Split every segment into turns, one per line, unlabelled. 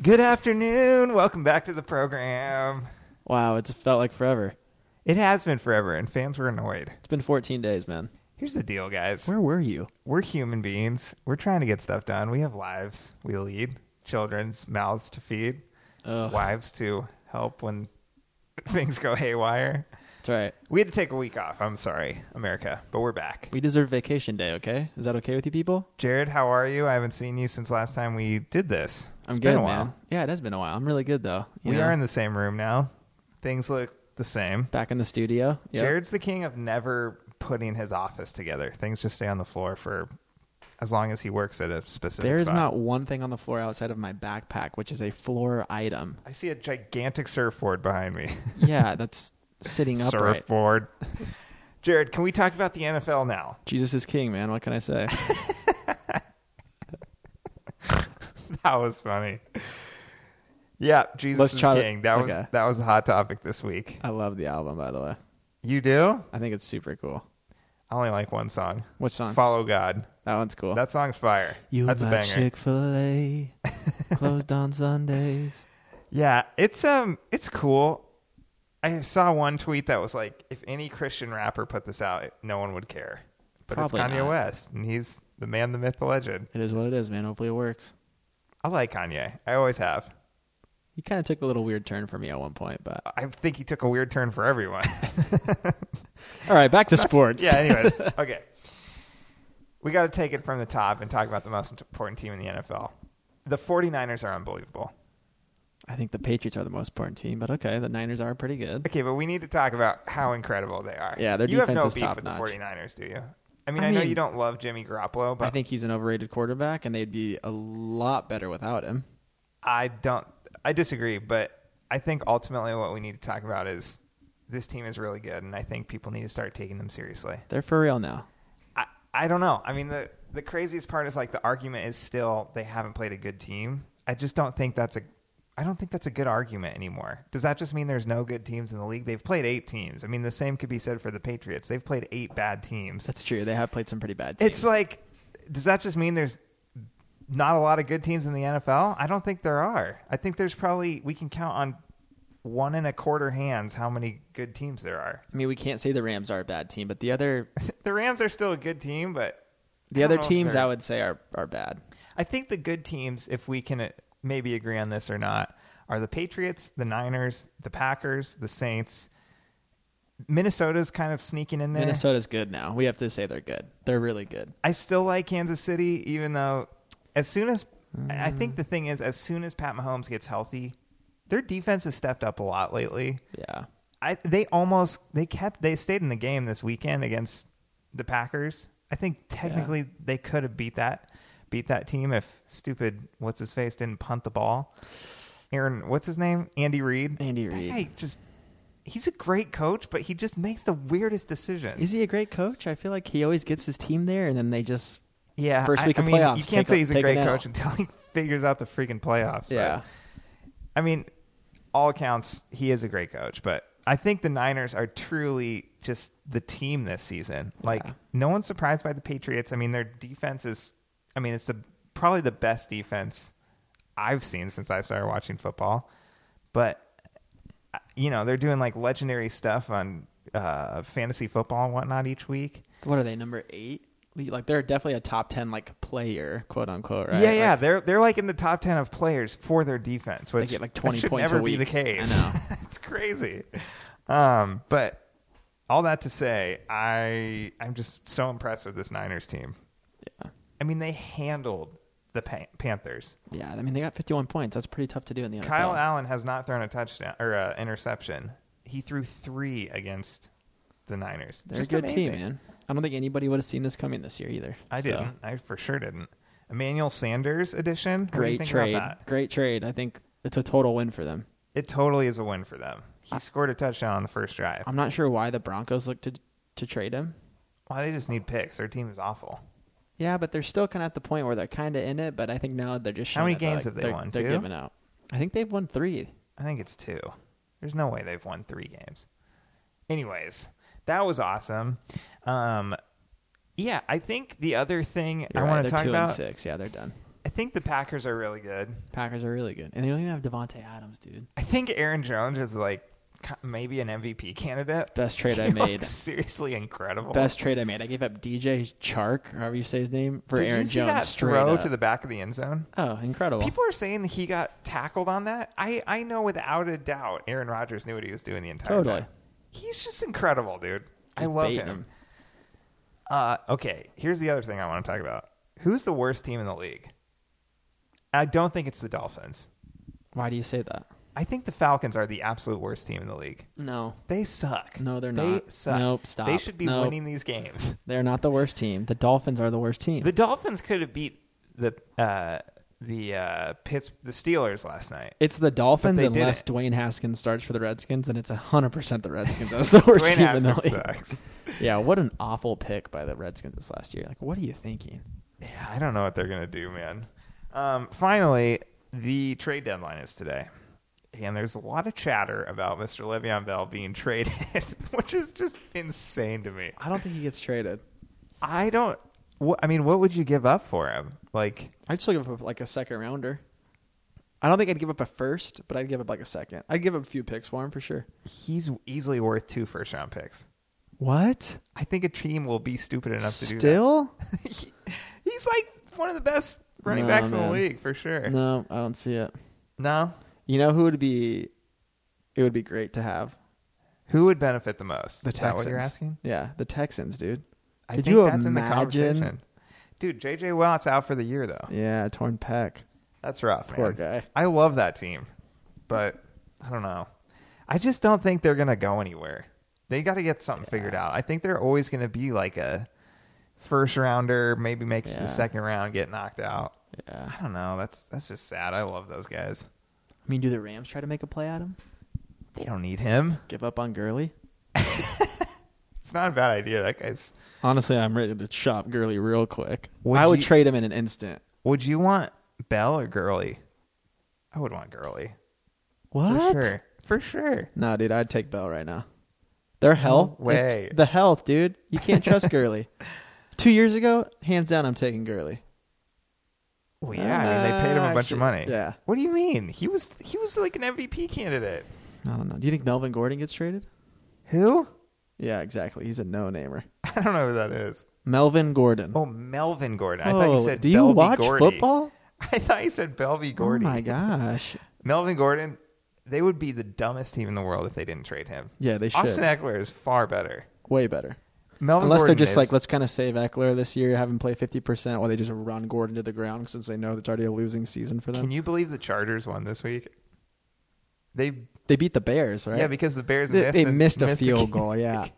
Good afternoon. Welcome back to the program.
Wow, it's felt like forever.
It has been forever, and fans were annoyed.
It's been 14 days, man.
Here's the deal, guys.
Where were you?
We're human beings. We're trying to get stuff done. We have lives we lead, children's mouths to feed,
Ugh.
wives to help when things go haywire.
That's right.
We had to take a week off. I'm sorry, America, but we're back.
We deserve vacation day, okay? Is that okay with you people?
Jared, how are you? I haven't seen you since last time we did this.
I'm
It's
good,
been a while.
man. Yeah, it has been a while. I'm really good though. You
We
know,
are in the same room now. Things look the same.
back in the studio. Yep.
Jared's the king of never putting his office together. Things just stay on the floor for as long as he works at a specific
There is
spot.
not one thing on the floor outside of my backpack, which is a floor item.
I see a gigantic surfboard behind me.
Yeah, that's sitting upright.
surfboard. Jared, can we talk about the NFL now?
Jesus is king, man. What can I say?
That was funny. Yeah, Jesus
Let's
is
try-
king. That was
okay.
that was the hot topic this week.
I love the album, by the way.
You do?
I think it's super cool.
I only like one song.
What song?
Follow God.
that one's cool.
That song's fire.
you
That's a
my
banger.
Chick Fil A closed on Sundays.
Yeah, it's um it's cool. I saw one tweet that was like if any Christian rapper put this out, no one would care. But
Probably
it's Kanye
not.
West, and he's the man, the myth, the legend.
It is what it is, man. Hopefully it works.
I like Kanye. I always have.
He kind of took a little weird turn for me at one point, but
I think he took a weird turn for everyone.
all right, back to sports.
yeah, anyways. Okay. We got to take it from the top and talk about the most important team in the NFL. The 49ers are unbelievable.
I think the Patriots are the most important team, but okay, the Niners are pretty good.
Okay, but we need to talk about how incredible they are.
Yeah, their
you have
defense
no
is
beef
top
with
notch.
the 49ers, do you? I mean, I,
I
know
mean-
you don't love Jimmy Garoppolo, but
I think he's an overrated quarterback, and they'd be a lot better without him.
I don't. I disagree, but I think ultimately what we need to talk about is this team is really good, and I think people need to start taking them seriously.
They're for real now.
I, I don't know. I mean, the the craziest part is like the argument is still they haven't played a good team. I just don't think that's a. I don't think that's a good argument anymore. Does that just mean there's no good teams in the league? They've played eight teams. I mean, the same could be said for the Patriots. They've played eight bad teams.
That's true. They have played some pretty bad teams.
It's like, does that just mean there's not a lot of good teams in the NFL? I don't think there are. I think there's probably we can count on one and a quarter hands how many good teams there are.
I mean, we can't say the Rams are a bad team, but the other
The Rams are still a good team, but
the
I
other
don't know if
teams
they're-
I would say are are bad.
I think the good teams, if we can uh, maybe agree on this or not, are the Patriots, the Niners, the Packers, the Saints. Minnesota's kind of sneaking in there.
Minnesota's good now. We have to say they're good. They're really good.
I still like Kansas City, even though as soon as I I
Mm.
think the thing is, as soon as Pat Mahomes gets healthy, their defense has stepped up a lot lately.
Yeah.
I they almost they kept they stayed in the game this weekend against the Packers. I think technically they could have beat that beat that team if stupid what's his face didn't punt the ball. Aaron, what's his name? Andy Reid.
Andy
That
Reid.
guy just he's a great coach, but he just makes the weirdest decisions.
Is he a great coach? I feel like he always gets his team there, and then they just
Yeah,
first
I-
week
I
of
mean,
playoffs,
You can't
take
say
a-
he's a
take
great
an L.
coach until he figures out the freaking playoffs. but,
yeah.
I mean, all accounts, he is a great coach, but I think the Niners are truly just the team this season. Like,
Yeah.
no one's surprised by the Patriots. I mean, their defense is, I mean, it's the, probably the best defense I've seen since I started watching football. But, uh, you know, they're doing like legendary stuff on uh, fantasy football and whatnot each week.
What are they? Number eight? We- Like they're definitely a top ten like player, quote unquote. Right?
Yeah, yeah,
Like,
they're they're like in the top ten of players for their defense, which
get, like,
that
20
should
points a
never be
week.
the case.
I know.
it's crazy. Um, but all that to say, I I'm just so impressed with this Niners team.
yeah.
I mean, they handled the Pan- Panthers.
Yeah, I mean they got 51 points. That's pretty tough to do in the NFL.
Kyle Allen has not thrown a touchdown or uh, interception. He threw three against the Niners.
They're
Just
a good
amazing.
team, man. I don't think anybody would have seen this coming this year either.
I
So,
didn't. I for sure didn't. Emmanuel Sanders edition. What do you
Great
think about
trade.
that?
Great trade. I think it's a total win for them.
It totally is a win for them. He scored a touchdown on the first drive.
Uh, I'm not sure why the Broncos looked to to trade him.
Why they just need picks? Their team is awful.
Yeah, but they're still kind of at the point where they're kind of in it. But I think now they're just
How
showing
many games have
that they're, like,
they
they're-
won?
They're
Two?
giving out. I think they've won three.
I think it's two. There's no way they've won three games. Anyways, that was awesome. Um, yeah, I think the other thing
You're
I
right.
want
They're
to talk
two
about.
and six. Yeah, they're done.
I think the Packers are really good.
Packers are really good, and they don't even have Devonte Adams, dude.
I think Aaron Jones is like ki- maybe an MVP candidate.
Best trade I
He
made.
looks seriously incredible.
Best trade I made. I gave up DJ Chark, or however you say his name, for
Did
Aaron
you see
Jones.
that
straight
throw
up.
to the back of the end zone?
oh, incredible.
People are saying that he got tackled on that. I, I know without a doubt Aaron Rodgers knew what he was doing the entire
Totally.
time. He's just incredible, dude. I
Just
love
baiting
him. Uh, okay, here's the other thing I want to talk about. Who's the worst team in the league? I don't think it's the Dolphins.
Why do you say that?
I think the Falcons are the absolute worst team in the league.
No,
They suck.
No, they're
they
not.
Suck.
Nope, stop.
They should be
Nope.
winning these games.
they're not the worst team. The Dolphins are the worst team.
The Dolphins could have beat the uh, the uh, Pitts the Steelers last night.
it's the Dolphins
they did
unless
it.
Dwayne Haskins starts for the Redskins, and it's hundred percent the Redskins. That's the worst
Dwayne
team in the
Haskins
league.
sucks.
Yeah, what an awful pick by the Redskins this last year. Like, what are you thinking?
Yeah, I don't know what they're gonna do, man. Um, finally, the trade deadline is today, and there's a lot of chatter about Mr. Le'Veon Bell being traded, which is just insane to me.
I don't think he gets traded.
I don't. wh- I mean, what would you give up for him? Like,
I'd still give up like a second rounder. I don't think I'd give up a first, but I'd give up like a second. I'd give up a few picks for him for sure.
he's easily worth two first round picks.
What?
I think a team will be stupid enough to do that.
Still?
He- he's like one of the best running
No,
backs in
man.
the league for sure. No.
No, I don't see it. You know who would be? It would be great to have
Who would benefit the most?
the
Is that
Texans.
what you're asking?
Yeah, the Texans, dude.
I
Could
think
you
that's in the
imagine-
conversation. Dude, JJ Watt's out for the year though.
Yeah, torn pec.
That's rough.
Poor
man.
guy.
I love that team. But I don't know. I just don't think they're gonna go anywhere. They gotta get something figured out. I think they're always gonna be like a first rounder, maybe make it to
Yeah.
the second round, get knocked out.
Yeah.
I don't know. That's that's just sad. I love those guys.
I mean, do the Rams try to make a play at him?
They don't need him.
Give up on Gurley?
It's not a bad idea. That guy's.
Honestly, I'm ready to chop Gurley real quick.
Would
I would
you-
trade him in an instant.
Would you want Bell or Gurley? I would want Gurley. For sure. For sure.
No, dude, I'd take Bell right now. Their health,
way.
the health, dude. You can't trust Gurley. Two years ago, hands down, I'm taking Gurley.
Well, yeah. I mean, they paid him a bunch
Actually,
of money.
yeah.
What do you mean? He was he was like an MVP candidate.
I don't know. Do you think Melvin Gordon gets traded?
Who?
Yeah, exactly. He's a no-namer.
I don't know who that is.
Melvin Gordon.
Oh, Melvin Gordon. I thought you
Oh,
said.
do you
Bell v.
watch
Gordy.
football?
I thought you said Bell v. Gordy.
Oh my gosh.
Melvin Gordon. They would be the dumbest team in the world if they didn't trade him.
Yeah, they should.
Austin Eckler is far better.
Way better.
Melvin
Unless they're
Gordon
just
is-
like, let's kind of save Eckler this year, have him play 50%, while they just run Gordon to the ground since they know it's already a losing season for them.
Can you believe the Chargers won this week? They
they beat the Bears, right?
yeah, because the Bears
they,
missed,
they
and-
missed a
the
field
kick.
goal. Yeah,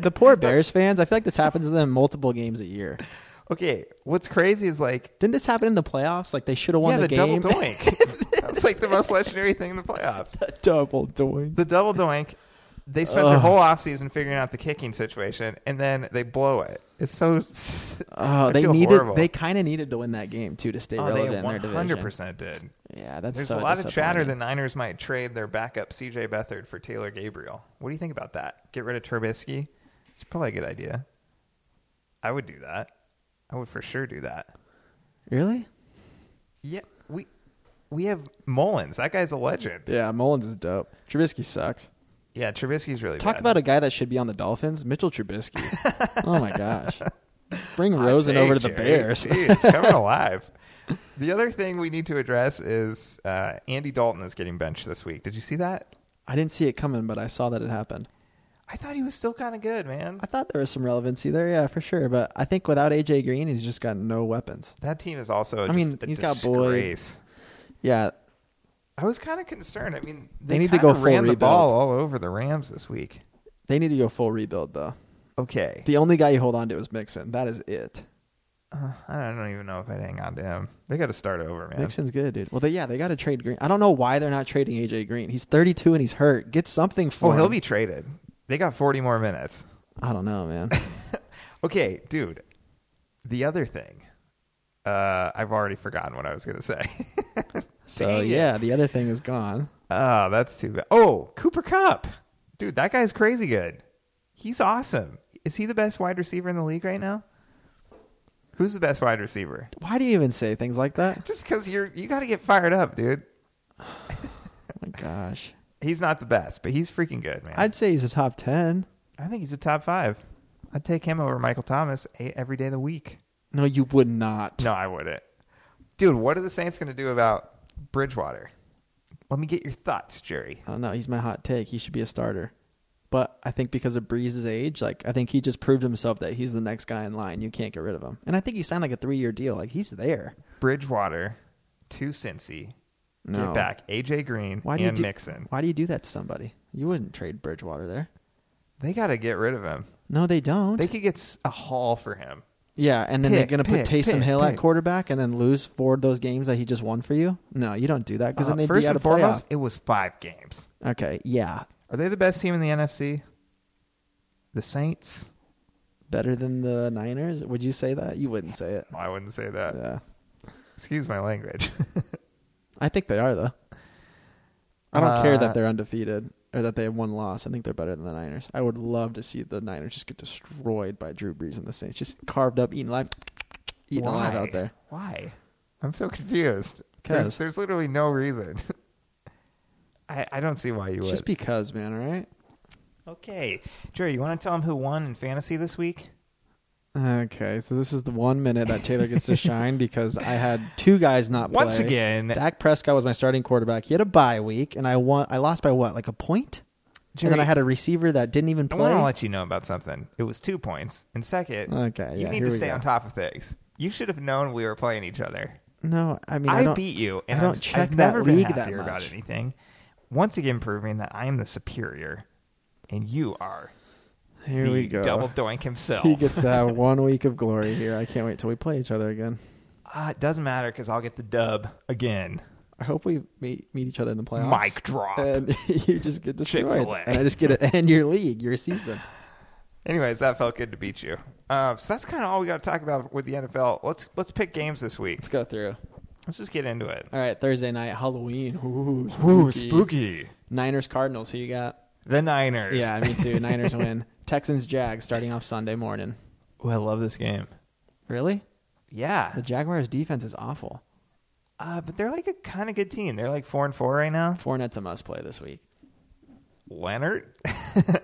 the poor Bears fans. I feel like this happens to them multiple games a year.
Okay, what's crazy is like
Didn't this happen in the playoffs? Like they should have won
yeah, the,
the,
double
game.
doink. That's like the most legendary thing in the playoffs.
double doink.
The double doink. They spent their whole offseason figuring out the kicking situation, and then they blow it. It's so.
Oh,
I
they
feel
needed.
horrible.
They kind of needed to win that game too to stay
Oh,
relevant
they
in their
100
division.
percent did.
Yeah, that's
There's a
so
lot of chatter
disappointing.
the Niners might trade their backup C.J. Beathard for Taylor Gabriel. What do you think about that? Get rid of Trubisky. It's probably a good idea. I would do that. I would for sure do that.
Really?
Yeah, we we have Mullins. That guy's a legend.
Yeah, Mullins is dope. Trubisky sucks.
Yeah, Trubisky's really
Talk
bad.
about a guy that should be on the Dolphins, Mitchell Trubisky. oh my gosh. Bring Rosen
Hey,
over to the
Jerry.
Bears.
Jeez, coming alive. The other thing we need to address is uh, Andy Dalton is getting benched this week. Did you see that?
I didn't see it coming, but I saw that it happened.
I thought he was still kind of good, man.
I thought there was some relevancy there, yeah, for sure. But I think without AJ Green, he's just got no weapons.
That team is also.
I mean,
just a
he's got Boyd.
disgrace.
Yeah,
I was kind of concerned. I mean,
They
they,
need to
kinda
go full
ran the
rebuild.
ball all over the Rams this week.
they need to go full rebuild though.
Okay,
The only guy you hold on to is Mixon. That is it.
uh, I don't even know if I'd hang on to him. They got to start over, man.
Mixon's good, dude. Well, they, yeah, they got to trade Green. I don't know why they're not trading AJ Green. He's 32 and he's hurt. Get something for
Oh, he'll
him.
be traded. They got forty more minutes.
I don't know, man.
Okay, dude. The other thing, uh, I've already forgotten what I was going to say.
so
Dang it.
yeah, the other thing is gone.
Oh, that's too bad. Oh, Cooper Cup. Dude, that guy's crazy good. He's awesome. Is he the best wide receiver in the league right now? Who's the best wide receiver?
Why do you even say things like that?
Just because you're you got to get fired up, dude.
Oh my gosh.
He's not the best, but he's freaking good, man. I,
I'd say he's a top 10.
I think he's a top five. I'd take him over Michael Thomas a, every day of the week.
No, you would not.
No, I wouldn't. Dude, what are the Saints going to do about Bridgewater? Let me get your thoughts, Jerry.
I don't know. He's my hot take. He should be a starter. But I think because of Breeze's age, like I think he just proved himself that he's the next guy in line. You can't get rid of him. And I think he signed like a three year deal. Like he's there.
Bridgewater to Cincy.
No.
Get back AJ Green
Why do you
and
do,
Mixon.
Why do you do that to somebody? You wouldn't trade Bridgewater there.
They got to get rid of him.
No, they don't.
They could get s- a haul for him.
yeah, and then they're
Pick,
gonna put
pick,
Taysom
pick,
Hill at
pick.
quarterback and then lose four of those games that he just won for you. No, you don't do that because
Uh,
then they'd
first
be out
and
of
foremost,
playoff.
it was five games.
Okay, yeah,
Are they the best team in the NFC? The Saints?
better than the Niners. Would you say that? You wouldn't say it.
No, I wouldn't say that.
Yeah,
Excuse my language.
I think they are though. I don't care
Uh,
that they're undefeated or that they have one loss. I think they're better than the Niners. I would love to see the Niners just get destroyed by Drew Brees and the Saints, just carved up, eaten alive, eaten alive
Why?
out there.
Why? I'm so confused. There's,
'Cause.
there's literally no reason. I, I don't see why you
It's
would.
Just because, man. All right.
okay, Jerry, you want to tell him who won in fantasy this week?
Okay, so this is the one minute that Taylor gets to shine because I had two guys not play.
Once again,
Dak Prescott was my starting quarterback. He had a bye week, and I won. I lost by what, like a point? and
Jerry,
then I had a receiver that didn't even
I
play.
want to let you know about something. It was two points. And second,
Okay,
you
yeah,
need
here
to
we
stay
go.
on top of things. You should have known we were playing each other.
no, I mean
I,
I, don't,
beat you, and
I don't
I've,
check
I've
that
never been
league that
happier about
much.
anything. Once again, proving that I am the superior, and you are
Here
the
we go.
double doink himself.
he gets to have one week of glory here. I can't wait till we play each other again.
Uh, it doesn't matter because I'll get the dub again.
I hope we meet meet each other in the playoffs.
Mic drop.
and you just get destroyed,
Chick-fil-A.
and I just get to end your league, your season.
Anyways, that felt good to beat you. Uh, so that's kind of all we got to talk about with the NFL. Let's let's pick games this week.
Let's go through.
Let's just get into it.
All right, Thursday night, Halloween. Ooh, Niners, Cardinals. Who you got?
The Niners.
Yeah, me too. Niners win. Texans, Jags starting off Sunday morning.
Ooh, I love this game.
Really?
Yeah,
The Jaguars defense is awful.
uh, but they're like a kind of good team. They're like four and four right now.
Fournette's a must play this week.
Leonard,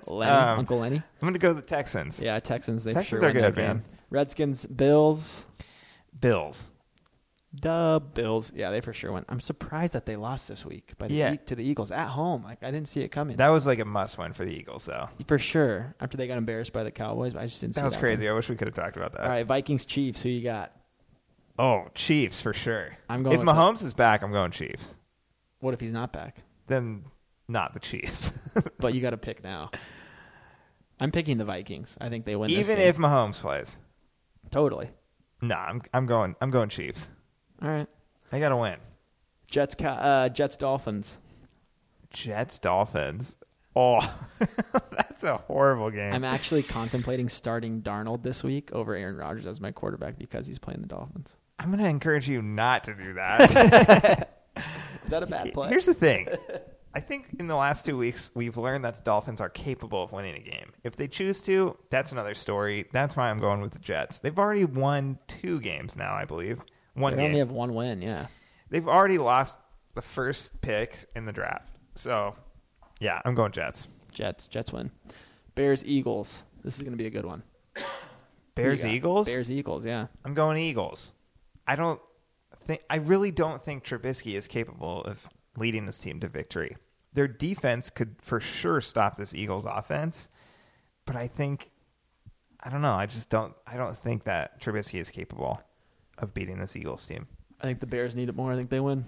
Lenny,
Um,
Uncle Lenny.
I'm gonna go with the Texans.
Yeah, Texans. They
Texans
sure
are
win that
good, man.
game. Redskins, Bills.
Bills.
The Bills. Yeah, they for sure won. I'm surprised that they lost this week by the
Yeah.
E- to the Eagles at home. Like I didn't see it coming.
That was like a must win for the Eagles, though.
for sure. After they got embarrassed by the Cowboys, but I just didn't see
That was
that
crazy.
coming.
I wish we could have talked about that.
All right, Vikings, Chiefs. Who you got?
Oh, Chiefs for sure.
I'm going
If
with the-
Mahomes is back, I'm going Chiefs.
What if he's not back?
Then not the Chiefs.
But you got to pick now. I'm picking the Vikings. I think they win. this
Even
game.
if Mahomes plays,
totally.
nah, I'm I'm going I'm going Chiefs.
All right.
They gotta win.
Jets, Ca- uh, Jets, Dolphins.
Jets Dolphins. Oh, that's a horrible game.
I'm actually contemplating starting Darnold this week over Aaron Rodgers as my quarterback because he's playing the Dolphins.
I'm gonna encourage you not to do that.
Is that a bad play?
Here's the thing. I think in the last two weeks we've learned that the Dolphins are capable of winning a game. If they choose to, that's another story. That's why I'm going with the Jets. They've already won two games now, I believe. One
they
game.
only have one win. Yeah.
They've already lost the first pick in the draft. So, yeah, I'm going Jets.
Jets. Jets win. Bears, Eagles. This is going to be a good one. Who you
Bears,
got?
Eagles?
Bears, Eagles. Yeah.
I'm going Eagles. I don't think I really don't think Trubisky is capable of leading this team to victory. Their defense could for sure stop this Eagles offense, but I think I don't know, I just don't I don't think that Trubisky is capable of beating this Eagles team.
I think the Bears need it more. I think they win.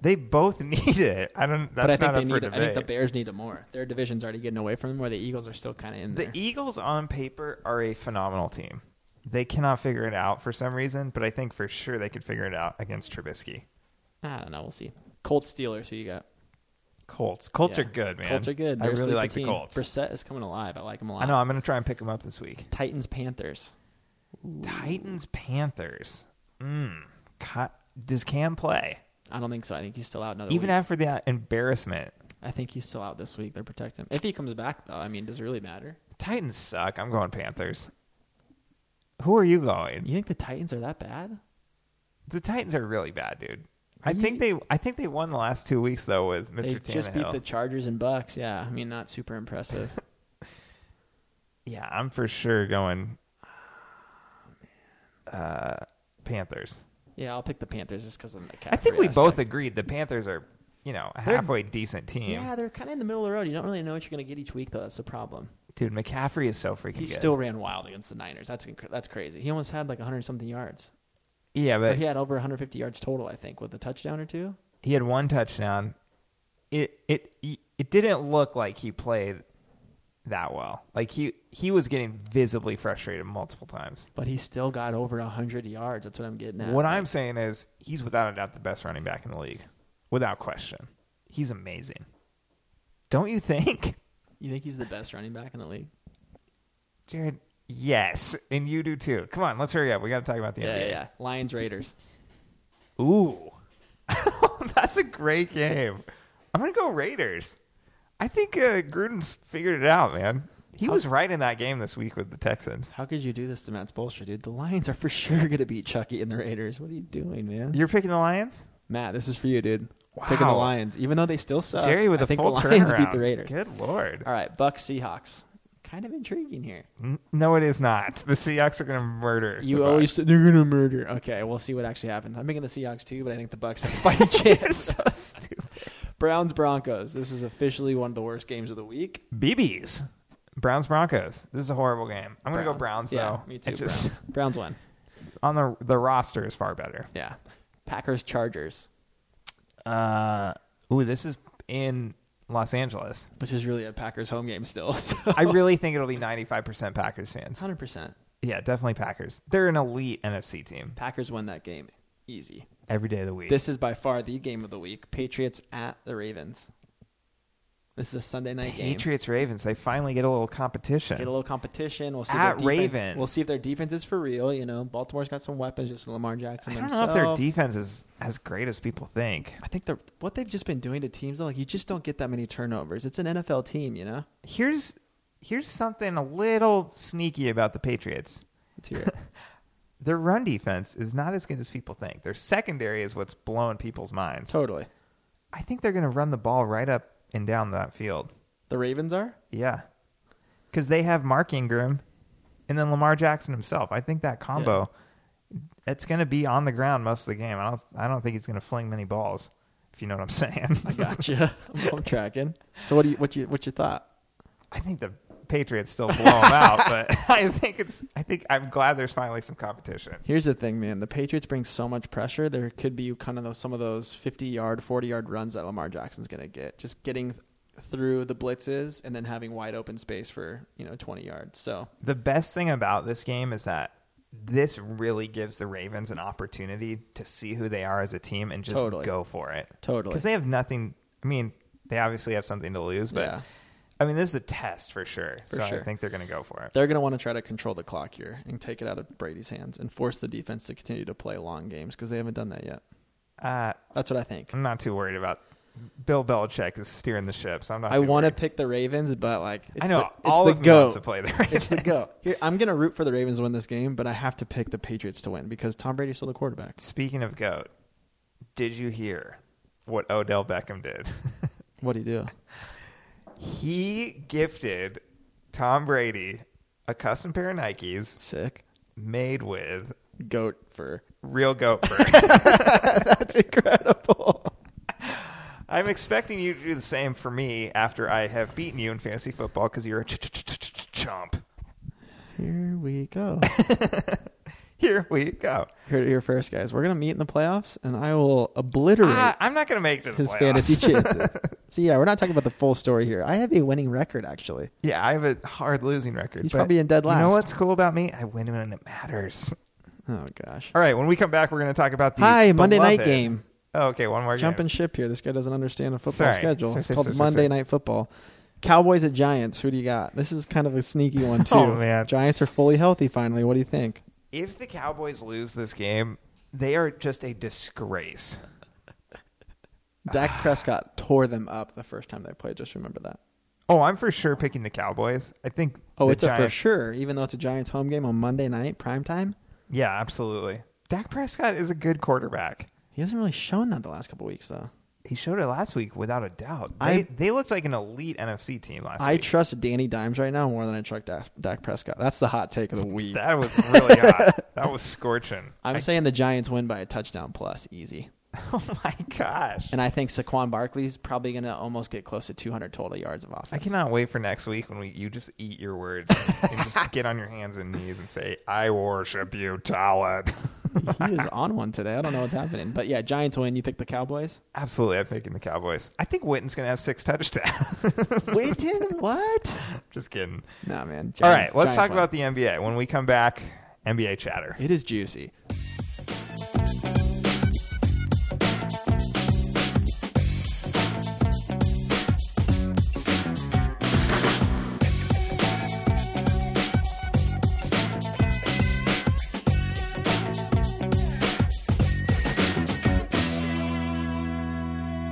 They both need it. I don't that's
but I
not
think they
up for
need. it. I
debate.
think the Bears need it more. Their division's already getting away from them, where the Eagles are still kind of in
The E
there.
Eagles on paper are a phenomenal team. They cannot figure it out for some reason, but I think for sure they could figure it out against Trubisky.
I don't know. We'll see. Colts, Steelers. Who you got?
Colts. Colts
Yeah.
are good, man.
Colts are good. They're
I
a
really
sleeper
like
team.
the Colts.
Brissett is coming alive. I like him a lot.
I know. I'm going to try and pick them up this week.
Titans, Panthers.
Titans, Panthers. Mm. Ca- Does Cam play?
I don't think so. I think he's still out another
Even
week.
after that embarrassment,
I think he's still out this week. They're protecting him. If he comes back, though, I mean, does it really matter?
Titans suck. I'm going Panthers. Who are you going?
You think the Titans are that bad?
The Titans are really bad, dude.
Are
I think
you-
they I think they won the last two weeks though with Mr.
They
Tannehill.
just beat the Chargers and Bucks. Yeah, I mean, not super impressive.
Yeah, I'm for sure going uh, Panthers.
yeah, I'll pick the Panthers just because of the McCaffrey.
I think we both
aspect.
agreed the Panthers are, you know, a
They're-
halfway decent team.
Yeah, they're kind of in the middle of the road. You don't really know what you're going to get each week, though. That's the problem.
Dude, McCaffrey is so freaking
He
good.
still ran wild against the Niners. That's inc- that's crazy. He almost had like 100 something yards.
yeah,
Or
but
he had over 150 yards total, I think, with a touchdown or two.
he had one touchdown. It it it didn't look like he played that well. Like he he was getting visibly frustrated multiple times.
But he still got over 100 yards. That's what I'm getting at.
What I'm saying is he's without a doubt the best running back in the league, without question. He's amazing. Don't you think?
You think he's the best running back in the league?
Jared, yes, and you do too. Come on, let's hurry up. We got to talk about the
yeah,
NBA.
yeah. Lions Raiders.
Ooh, that's a great game. I'm gonna go Raiders. I think uh, Gruden's figured it out, man. He was right in that game this week with the Texans.
How could you do this to Matt Spolstra, dude? The Lions are for sure going to beat Chucky and the Raiders. What are you doing, man?
You're picking the Lions,
Matt, this is for you, dude. Picking the
Wow.
Lions, even though they still suck.
Jerry, with
I
a
think
full
the Lions
turnaround.
beat the Raiders.
Good lord.
All right, Bucks Seahawks. Kind of intriguing here.
N- No, it is not. The Seahawks are gonna murder.
You
the
always
Bucks.
said they're gonna murder. Okay, we'll see what actually happens. I'm making the Seahawks too, but I think the Bucks have a fighting chance.
so stupid.
Browns Broncos. This is officially one of the worst games of the week.
BBs. Browns Broncos. This is a horrible game. I'm gonna go Browns though.
Yeah, me too.
It just-
Browns. Browns win.
On the the roster is far better.
Yeah. Packers Chargers,
Uh, ooh, this is in Los Angeles.
which is really a Packers home game still. So.
I really think it'll be 95% Packers fans.
100%.
Yeah, definitely Packers. They're an elite NFC team
Packers won that game easy.
every day of the week.
This is by far the game of the week. Patriots at the Ravens. This is a Sunday night game.
Patriots Ravens, they finally get a little competition.
Get a little competition. We'll see if
At
their defense-
Ravens.
We'll see if their defense is for real. You know, Baltimore's got some weapons, just Lamar Jackson.
I don't know
himself.
if their defense is as great as people think.
I think they're what they've just been doing to teams. Though, like you just don't get that many turnovers. It's an NFL team, you know.
Here's here's something a little sneaky about the Patriots.
Let's hear it.
Their run defense is not as good as people think. Their secondary is what's blowing people's minds.
totally.
I think they're going to run the ball right up and down that field.
The Ravens are.
Yeah. Because they have Mark Ingram and then Lamar Jackson himself. I think that combo, it's going to be on the ground most of the game. I don't, I don't think he's going to fling many balls, if you know what I'm saying.
I gotcha. I'm, I'm tracking. So what do you what you what's your thought?
I think the Patriots still blow them out, but I think it's, I think I'm glad there's finally some competition.
Here's the thing, man. The Patriots bring so much pressure. There could be kind of those, some of those 50 yard, 40 yard runs that Lamar Jackson's going to get. Just getting through the blitzes and then having wide open space for, you know, 20 yards. So,
The best thing about this game is that this really gives the Ravens an opportunity to see who they are as a team and just
Totally.
go for it.
Totally.
Because they have nothing, I mean, they obviously have something to lose, but.
yeah.
I mean, this is a test for sure.
For
so
sure.
I think they're going to go for it.
They're going to want to try to control the clock here and take it out of Brady's hands and force the defense to continue to play long games because they haven't done that yet.
Uh,
That's what I think.
I'm not too worried about Bill Belichick is steering the ship, so I'm not.
I
too
want to
worried.
pick the Ravens, but like it's
I know
the, it's
all
the
of me
goat.
wants to play the Ravens.
It's the go. Here, I'm gonna root for the Ravens to win this game, but I have to pick the Patriots to win because Tom Brady's still the quarterback.
Speaking of goat, did you hear what Odell Beckham did?
What do you do?
he gifted Tom Brady a custom pair of Nikes
Sick
made with
goat fur.
real goat fur.
That's incredible.
I'm expecting you to do the same for me after I have beaten you in fantasy football because you're a ch- ch- ch- ch- ch- chump.
Here we go.
Here we go.
Heard it here first, guys. We're gonna meet in the playoffs, and I will obliterate
I, I'm not going to make it to the
his
Ah, playoffs.
fantasy chances. So yeah, we're not talking about the full story here. I have a winning record actually.
Yeah, I have a hard losing record.
He's
but
probably in dead
You know
last.
what's cool about me? I win when it matters.
Oh gosh.
All right, when we come back, we're going to talk about the
Hi, Monday night
beloved-
game.
Oh, okay, one more
Jumping
game.
ship here. This guy doesn't understand a football
Sorry.
schedule.
Sorry,
it's
sorry,
called
sorry, sorry, sorry.
Monday Night Football. Cowboys at Giants. Who do you got? This is kind of a sneaky one too.
Oh, man.
Giants are fully healthy finally. What do you think?
If the Cowboys lose this game, they are just a disgrace. Ah.
Dak Prescott tore them up the first time they played. Just remember that.
Oh, I'm for sure picking the Cowboys. I think.
Oh,
the
it's a for
Giants-
sure. Even though it's a Giants home game on Monday night prime time,
Yeah, absolutely. Dak Prescott is a good quarterback.
he hasn't really shown that the last couple weeks though.
He showed it last week without a doubt. They,
I-
they looked like an elite NFC team last
I
week.
trust Danny Dimes right now more than I trust Dak, Dak Prescott. That's the hot take of the week.
that was really hot. That was scorching.
I'm
I-
saying the Giants win by a touchdown plus, easy.
oh my gosh.
And I think Saquon Barkley's probably going to almost get close to 200 total yards of offense.
I cannot wait for next week when we you just eat your words and just get on your hands and knees and say, "I worship you, talent."
he is on one today. I don't know what's happening, but yeah, Giants win. You pick the Cowboys.
Absolutely, I'm picking the Cowboys. I think Witten's gonna have six touchdowns.
Waiting, what?
just kidding.
Nah, man.
All right,
Giants-
let's
Giants
talk
win.
about the NBA when we come back. NBA chatter.
It is juicy.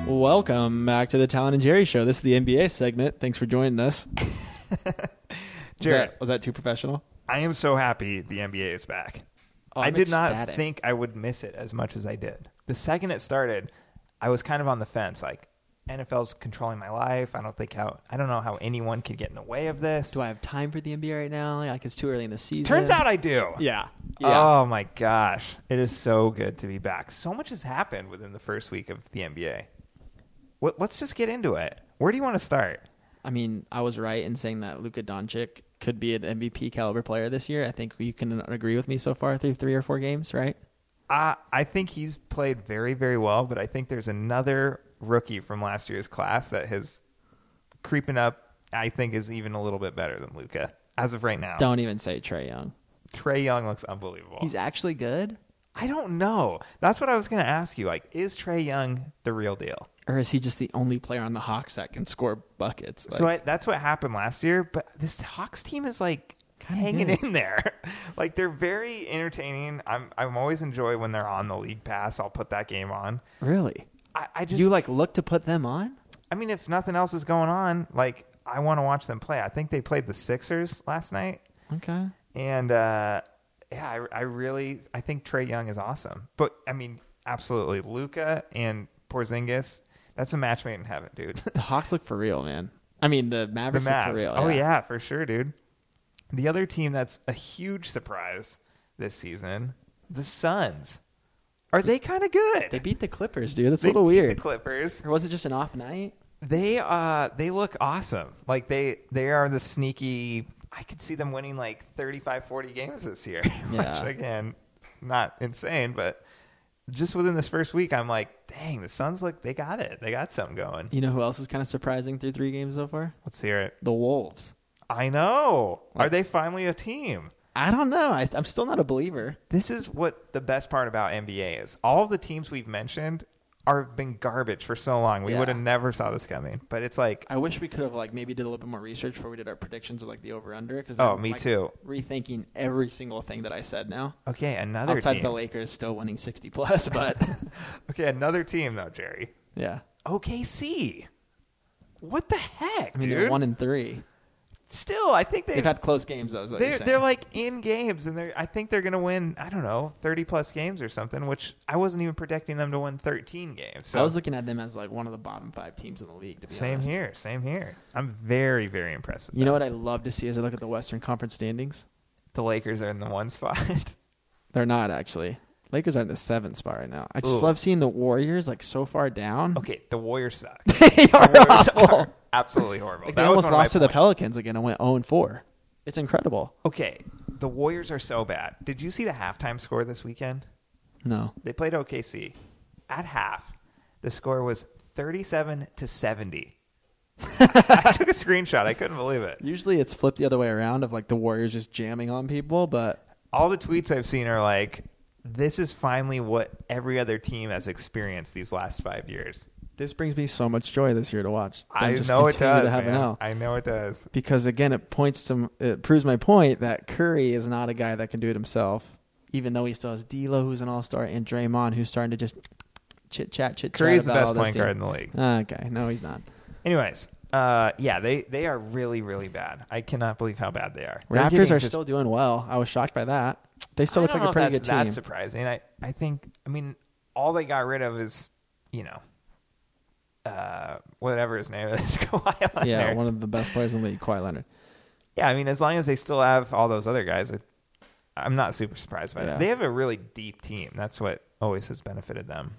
Welcome back to the Talon and Jerry Show. This is the NBA segment. Thanks for joining us. Was
Jared,
that- was that too professional?
I am so happy the NBA is back.
Oh,
I
I'm
did not
ecstatic.
think I would miss it as much as I did. The second it started, I was kind of on the fence. Like NFL's controlling my life. I don't think how I don't know how anyone could get in the way of this.
do I have time for the NBA right now? Like it's too early in the season.
Turns out I do.
yeah,
Oh my gosh, it is so good to be back. So much has happened within the first week of the NBA. What, let's just get into it. Where do you want to start?
I mean, I was right in saying that Luka Doncic could be an MVP caliber player this year. I think you can agree with me so far through three or four games, right?
Uh, I think he's played very, very well, but I think there's another rookie from last year's class that has creeping up. I think is even a little bit better than Luca as of right now.
Don't even say Trey Young.
Trey Young looks unbelievable.
He's actually good,
I don't know. That's what I was going to ask you. Like, is Trey Young the real deal?
or is he just the only player on the Hawks that can score buckets?
so
Like,
I, that's what happened last year. But this Hawks team is like
Kinda
hanging
good.
in there. like they're very entertaining. I'm I'm always enjoy when they're on the league pass. I'll put that game on.
really,
I, I just
you like look to put them on?
I mean, if nothing else is going on, like I want to watch them play. I think they played the Sixers last night,
Okay.
and uh, yeah, I, I really I think Trey Young is awesome. But I mean, absolutely, Luca and Porzingis. That's a match made in heaven, dude.
The Hawks look for real, man. I mean, the
the
Mavericks
Mavs.
look for real.
oh yeah. for sure, dude. The other team that's a huge surprise this season, the Suns. Are they kind of good?
They beat the Clippers, dude. It's a
They
little
beat
weird.
The Clippers.
Or was it just an off night?
They uh they look awesome. Like they they are the sneaky. I could see them winning like 35 40 games this year.
Yeah.
Which again, not insane, but just within this first week I'm like, "Dang, the Suns look they got it. They got something going."
You know who else is kind of surprising through three games so far?
Let's hear it.
The Wolves.
I know. Are
Like-
they finally a team?
I don't know. I, I'm still not a believer.
This is what the best part about NBA is. All of the teams we've mentioned are have been garbage for so long. We
Yeah.
would have never saw this coming. But it's like
I wish we could have like maybe did a little bit more research before we did our predictions of like the over under.
Oh, me too.
Rethinking every single thing that I said now.
okay, another
Outside
team.
the Lakers still winning 60 plus, but
Okay, another team though, Jerry.
yeah,
OKC. What the heck,
I mean
dude?
they're one and three.
Still, I think they
They've had close games though. Is what
they're
you're saying.
they're like in games, and they're I think they're gonna win. I don't know, thirty plus games or something. Which I wasn't even predicting them to win thirteen games. So
I was looking at them as like one of the bottom five teams in the league. To be
same
honest.
here, same here. I'm very very impressed. With
You know what I love to see as I look at the Western Conference standings?
the Lakers are in the one spot.
They're not actually. Lakers are in the seventh spot right now. I just
Ooh.
love seeing the Warriors like so far down.
okay, the Warriors suck.
they are
Warriors
awful.
are absolutely horrible.
Like,
That
they
was
almost
one of my
lost to the
points.
Pelicans again and went 0 4. It's incredible.
Okay, the Warriors are so bad. Did you see the halftime score this weekend?
No.
They played OKC. At half, the score was 37 to 70. I took a screenshot. I couldn't believe it.
Usually it's flipped the other way around of like the Warriors just jamming on people, but
All the tweets I've seen are like, this is finally what every other team has experienced these last five years.
this brings me so much joy this year to watch. them
I
just
know it
continue to
does.
have an
man.
L.
I know it does.
Because again, it points to it proves my point that Curry is not a guy that can do it himself, even though he still has D'Lo, who's an All Star, and Draymond, who's starting to just chit chat, chit chat.
Curry's the best point guard in the league.
Okay, Ah, no, he's not.
Anyways, Uh, yeah, they they are really really bad. I cannot believe how bad they are. They're
Raptors
getting
are
just-
still doing well. I was shocked by that. They still
I
look
don't
like a
know if
pretty good
that's
team.
That surprising. I I think. I mean, all they got rid of is you know, uh, whatever his name is, Kawhi Leonard.
yeah, one of the best players in the league, Kawhi Leonard.
Yeah, I mean, as long as they still have all those other guys, I, I'm not super surprised by
Yeah.
that. They have a really deep team. That's what always has benefited them.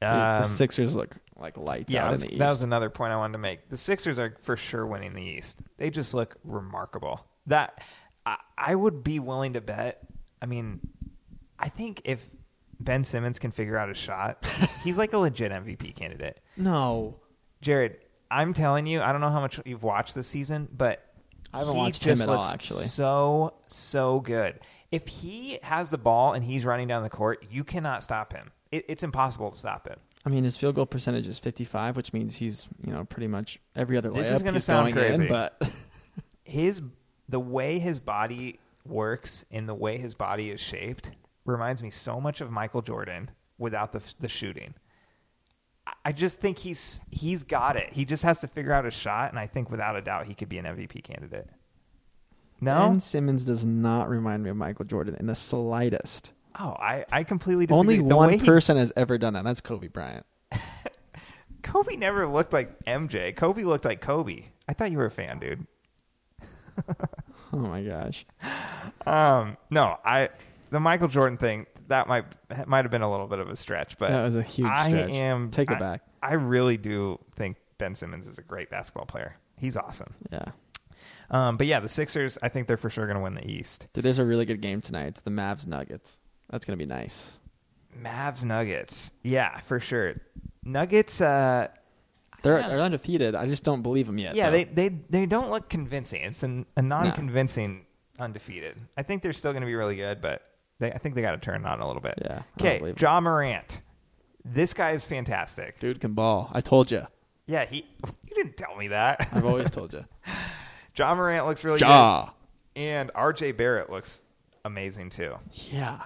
Dude, the
Um,
Sixers look like lights
yeah,
out
that was,
in the East.
that was another point I wanted to make. The Sixers are for sure winning the East. They just look remarkable. That I, I would be willing to bet. I mean, I think if Ben Simmons can figure out a shot, he's like a legit MVP candidate.
no,
Jared, I'm telling you, I don't know how much you've watched this season, but
I haven't
he
watched him
just
at all,
looks
actually.
So so good. If he has the ball and he's running down the court, you cannot stop him. It, it's impossible to stop him.
I mean his field goal percentage is 55, which means he's you know pretty much every other layup.
This is gonna
he's
sound
going in,
crazy.
but
his the way his body works and the way his body is shaped reminds me so much of Michael Jordan without the the shooting. I- I just think he's he's got it. He just has to figure out a shot, and I think without a doubt he could be an MVP candidate. No,
Ben Simmons does not remind me of Michael Jordan in the slightest.
oh, I I completely disagree.
Only
the way
one
he-
person has ever done that. and That's Kobe Bryant.
Kobe never looked like MJ. Kobe looked like Kobe. I thought you were a fan, dude.
Oh my gosh.
Um, no, I the Michael Jordan thing that might might have been a little bit of a stretch, but
That was a huge
I
stretch.
am
Take it
I-
back.
I really do think Ben Simmons is a great basketball player. He's awesome.
Yeah.
Um, but yeah, the Sixers, I think they're for sure going to win the East.
Dude, there's a really good game tonight. It's the Mavs Nuggets. That's gonna be nice.
Mavs Nuggets, yeah, for sure. Nuggets, uh,
They're, they're undefeated. I just don't believe them yet.
yeah,
though.
they they they don't look convincing. It's an, a non-convincing undefeated. I think they're still going to be really good, but they, I think they got to turn it on a little bit.
Yeah, I don't
Okay,
believe it.
Ja Morant, this guy is fantastic.
dude can ball. I told you.
Yeah, he. You didn't tell me that.
I've always told you.
John Morant looks really
Ja.
good, and RJ Barrett looks amazing too.
Yeah.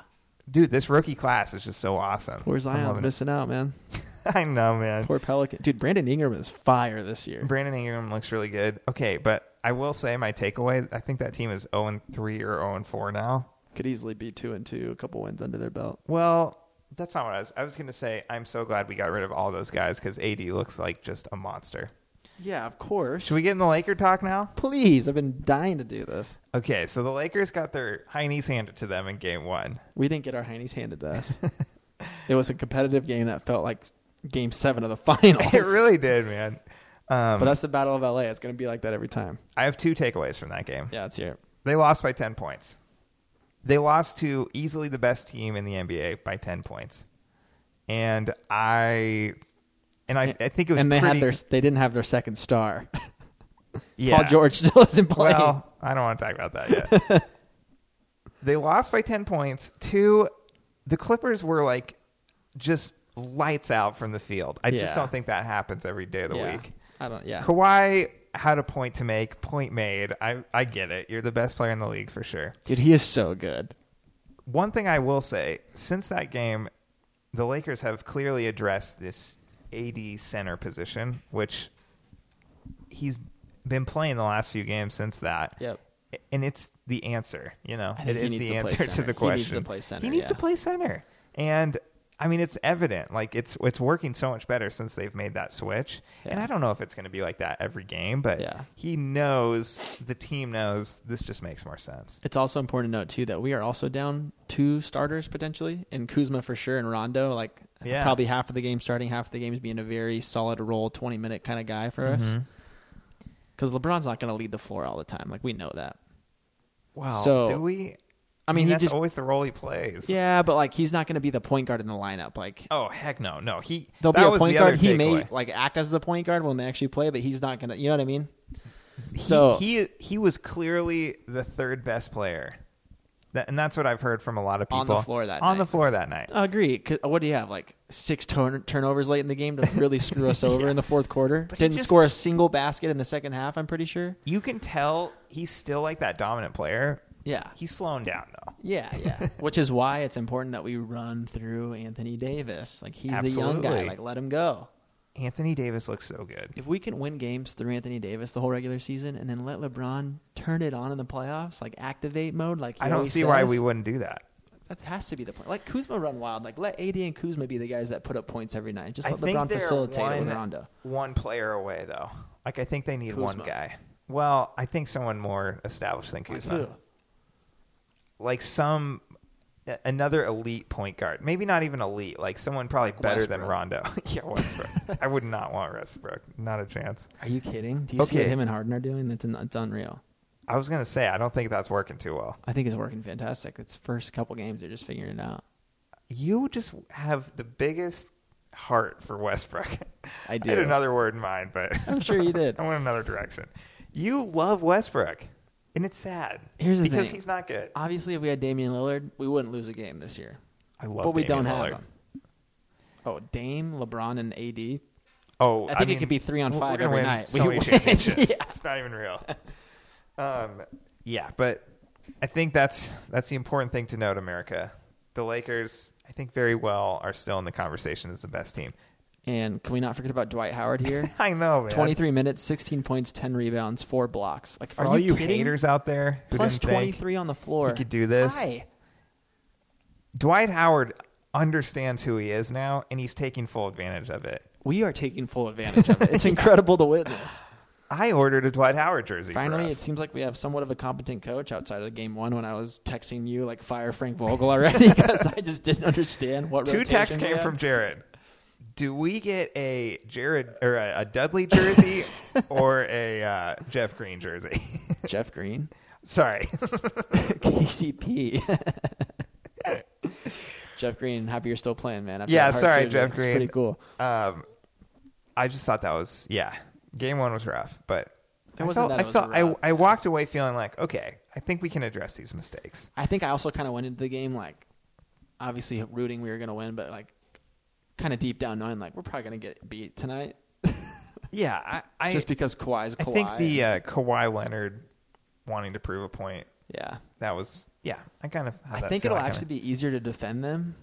Dude, this rookie class is just so awesome.
Poor
I'm
Zion's
loving it.
missing out, man.
I know, man.
Poor Pelican. Dude, Brandon Ingram is fire this year.
Brandon Ingram looks really good. Okay, but I will say my takeaway. I think that team is zero and three or zero and four now.
Could easily be two and two, a couple wins under their belt.
Well, that's not what I was. I was going to say. I'm so glad we got rid of all those guys because AD looks like just a monster.
Yeah, of course.
Should we get in the Laker talk now?
Please, I've been dying to do this.
Okay, so the Lakers got their high knees handed to them in game one.
We didn't get our heinies handed to us. it was a competitive game that felt like game seven of the finals.
It really did, man. Um,
but that's the Battle of LA. It's going to be like that every time.
I have two takeaways from that game.
Yeah, it's here.
They lost by 10 points. They lost to easily the best team in the NBA by 10 points. And I and I, I think it was
and they
pretty,
had their they didn't have their second star.
yeah.
Paul George still isn't playing.
Well, I don't want to talk about that yet. they lost by 10 points. Two, the Clippers were like just lights out from the field. I
Yeah.
just don't think that happens every day of the
yeah.
week.
I don't. Yeah.
Kawhi had a point to make, point made. I, I get it. You're the best player in the league for sure.
Dude, he is so good.
One thing I will say since that game, the Lakers have clearly addressed this AD center position, which he's been playing the last few games since that.
Yep.
And it's the answer, you know,
I
it
think he
is
needs
the
to play
answer to
center.
the
He
question.
needs to play center,
He needs to
yeah.
play center. And I mean, it's evident. Like it's it's working so much better since they've made that switch. And
Yeah.
I don't know if it's going to be like that every game, but
Yeah.
he knows the team knows this just makes more sense.
It's also important to note too that we are also down two starters potentially, and Kuzma for sure, and Rondo like
Yeah.
probably half of the game starting, half of the games being a very solid role, twenty minute kind of guy for us. Because LeBron's not going to lead the floor all the time, like we know that.
Wow.
So-
do we?
I mean, he
that's
just
always the role he plays.
yeah, but like he's not going to be the point guard in the lineup. Like
Oh heck no, no. He
there'll
that
be a
was
point
the
guard.
Other
He
takeaway.
may like act as the point guard when they actually play, but he's not going to. You know what I mean?
He-
so-
he he was clearly the third best player, that, and that's what I've heard from a lot of people
On the floor that
on
night.
the floor that night.
I agree. 'Cause What do you have? Like six turn- turnovers late in the game to really screw us over in the fourth quarter.
But he
Didn't
just-
score a single basket in the second half. I'm pretty sure.
You can tell he's still like that dominant player.
Yeah.
He's slowing down though.
Yeah, yeah. Which is why it's important that we run through Anthony Davis. Like he's the young guy.
Absolutely.
Like let him go.
Anthony Davis looks so good.
If we can win games through Anthony Davis the whole regular season and then let LeBron turn it on in the playoffs, like activate mode, like he
I don't
always
see why
says,
we wouldn't do that.
That has to be the plan. Like Kuzma run wild. Like let AD and Kuzma be the guys that put up points every night. Just
I
let
think
LeBron
they're
facilitate it with
one-
Rondo.
One player away though. Like I think they need one
Kuzma.
guy. Well, I think someone more established than
Like,
Kuzma.
ugh.
like some a- another elite point guard. Maybe not even elite. Like someone probably better than
Westbrook.
Rondo. yeah, Westbrook. I would not want Westbrook. Not a chance.
Are you kidding? Do you see what
Okay.
him and Harden are doing? That's it's unreal.
I was gonna say I don't think that's working too well.
I think it's working fantastic. It's first couple games they're just figuring it out.
You just have the biggest heart for Westbrook.
I
I had
do.
another word in mind, but
I'm sure you did.
I went another direction. You love Westbrook, and it's sad
Here's the
because
thing.
he's not good.
Obviously, if we had Damian Lillard, we wouldn't lose a game this year.
I love,
but we
Damian
don't have
Lillard.
him. Oh, Dame, LeBron, and AD.
Oh,
I think it could be three on
we're
five
gonna
every
win
night.
So
We
many
win.
championships.
Yeah.
It's not even real. Um, yeah, but I think that's that's the important thing to note, America. The Lakers, I think, very well are still in the conversation as the best team.
And can we not forget about Dwight Howard here?
I know, man.
23 minutes, 16 points, 10 rebounds, four blocks. Like,
For
are
all
you
you
kidding?
haters out there who
Plus
didn't think
23 on the floor.
he could do this.
Why?
Dwight Howard understands who he is now, and he's taking full advantage of it.
We are taking full advantage of it. It's incredible to witness.
I ordered a Dwight Howard jersey. for
Finally,
us.
it seems like we have somewhat of a competent coach outside of game one when I was texting you, like, fire Frank Vogel already because I just didn't understand what
Two
rotation
texts
we
came
had.
from Jared. Do we get a Jared or a, a Dudley jersey or a uh, Jeff Green jersey?
Jeff Green,
Sorry,
KCP. Jeff Green, happy you're still playing, man. After
Yeah,
that heart
sorry,
surgery.
Jeff Green.
It's pretty cool.
um, I just thought that was yeah. Game one was rough, but
It
I
wasn't
felt,
that
I,
it was
felt
rough.
I I walked away feeling like okay, I think we can address these mistakes.
I think I also kind of went into the game like, obviously rooting we were going to win, but like, kind of deep down knowing like we're probably going to get beat tonight,
Yeah, I I,
just because Kawhi's
I
Kawhi.
think the uh, Kawhi Leonard wanting to prove a point
yeah,
that was yeah. I kind of had
I
that
think it'll
feeling
actually be easier to defend them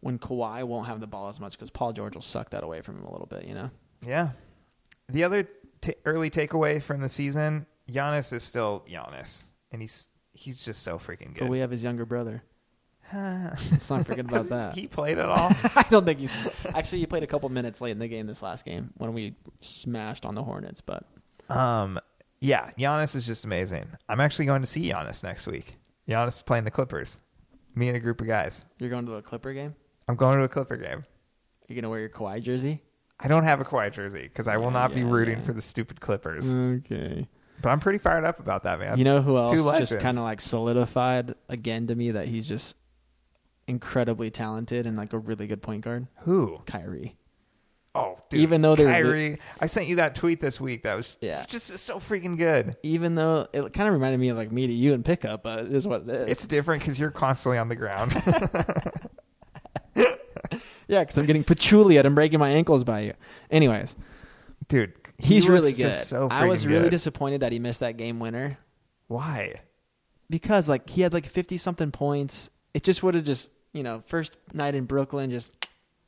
when Kawhi won't have the ball as much because Paul George will suck that away from him a little bit, you know.
Yeah. The other t- early takeaway from the season, Giannis is still Giannis, and he's he's just so freaking good.
But we have his younger brother. Let's not forget about
Has
that.
He played at all.
I don't think he's actually. He played a couple minutes late in the game this last game when we smashed on the Hornets, but
um, yeah, Giannis is just amazing. I'm actually going to see Giannis next week. Giannis is playing the Clippers. Me and a group of guys.
you're going to a Clipper game.
I'm going to a Clipper game.
You're gonna wear your Kawhi jersey.
I don't have a Kawhi jersey because I will
Yeah,
not be
yeah,
rooting
yeah.
for the stupid Clippers.
Okay.
But I'm pretty fired up about that, man.
You know who
Two
else just
legends.
kind of like solidified again to me that he's just incredibly talented and like a really good point guard?
who?
Kyrie.
Oh, dude.
Even though they're-
Kyrie, I sent you that tweet this week that was
Yeah.
just so freaking good.
Even though it kind of reminded me of like me to you and pickup, but it is what it is.
It's different because you're constantly on the ground.
yeah, because I'm getting patchouli and I'm breaking my ankles by you. Anyways,
Dude, he
he's
looks
really good.
just so
I was
freaking
really
good.
disappointed that he missed that game winner
Why?
because like he had like 50 something points. It just would have just, you know, first night in Brooklyn, just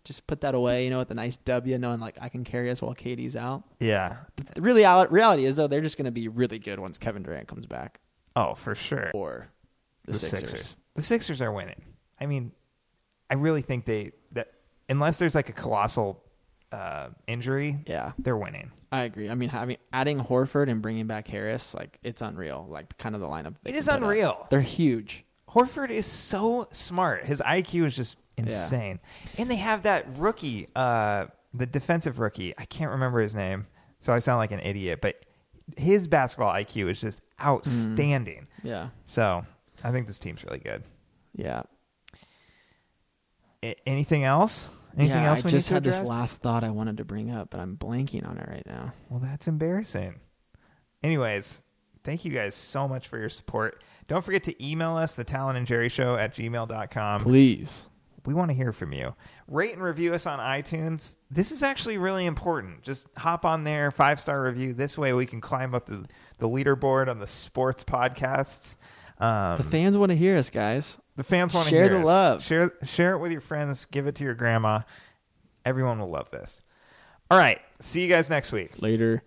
just put that away, you know, with a nice W, knowing like I can carry us while Katie's out.
Yeah.
The really out- reality is though they're just going to be really good once Kevin Durant comes back
Oh, for sure.
or the, Sixers.
The Sixers are winning. I mean, I really think they that unless there's like a colossal uh, injury,
Yeah,
they're winning.
I agree. I mean, having adding Horford and bringing back Harris, like it's unreal. Like kind of the lineup. they
It
can
is
put up.
unreal.
They're huge.
Horford is so smart. His IQ is just insane. And they have that rookie, uh, the defensive rookie. I can't remember his name, so I sound like an idiot, but his basketball IQ is just
Mm-hmm.
outstanding.
Yeah,
So I think this team's really good.
yeah.
A- anything else? Anything
yeah,
else
I
we
just
need to
had
address?
this last thought I wanted to bring up, but I'm blanking on it right now.
well, that's embarrassing. Anyways, thank you guys so much for your support. Don't forget to email us, the Talon and Jerry Show at gmail.com.
Please.
We want to hear from you. Rate and review us on iTunes. This is actually really important. Just hop on there, five star review. This way we can climb up the, the leaderboard on the sports podcasts. Um,
The fans want to hear us, guys.
The fans want to
Share
hear
the
us.
love.
Share share it with your friends. Give it to your grandma. Everyone will love this. All right. See you guys next week.
Later.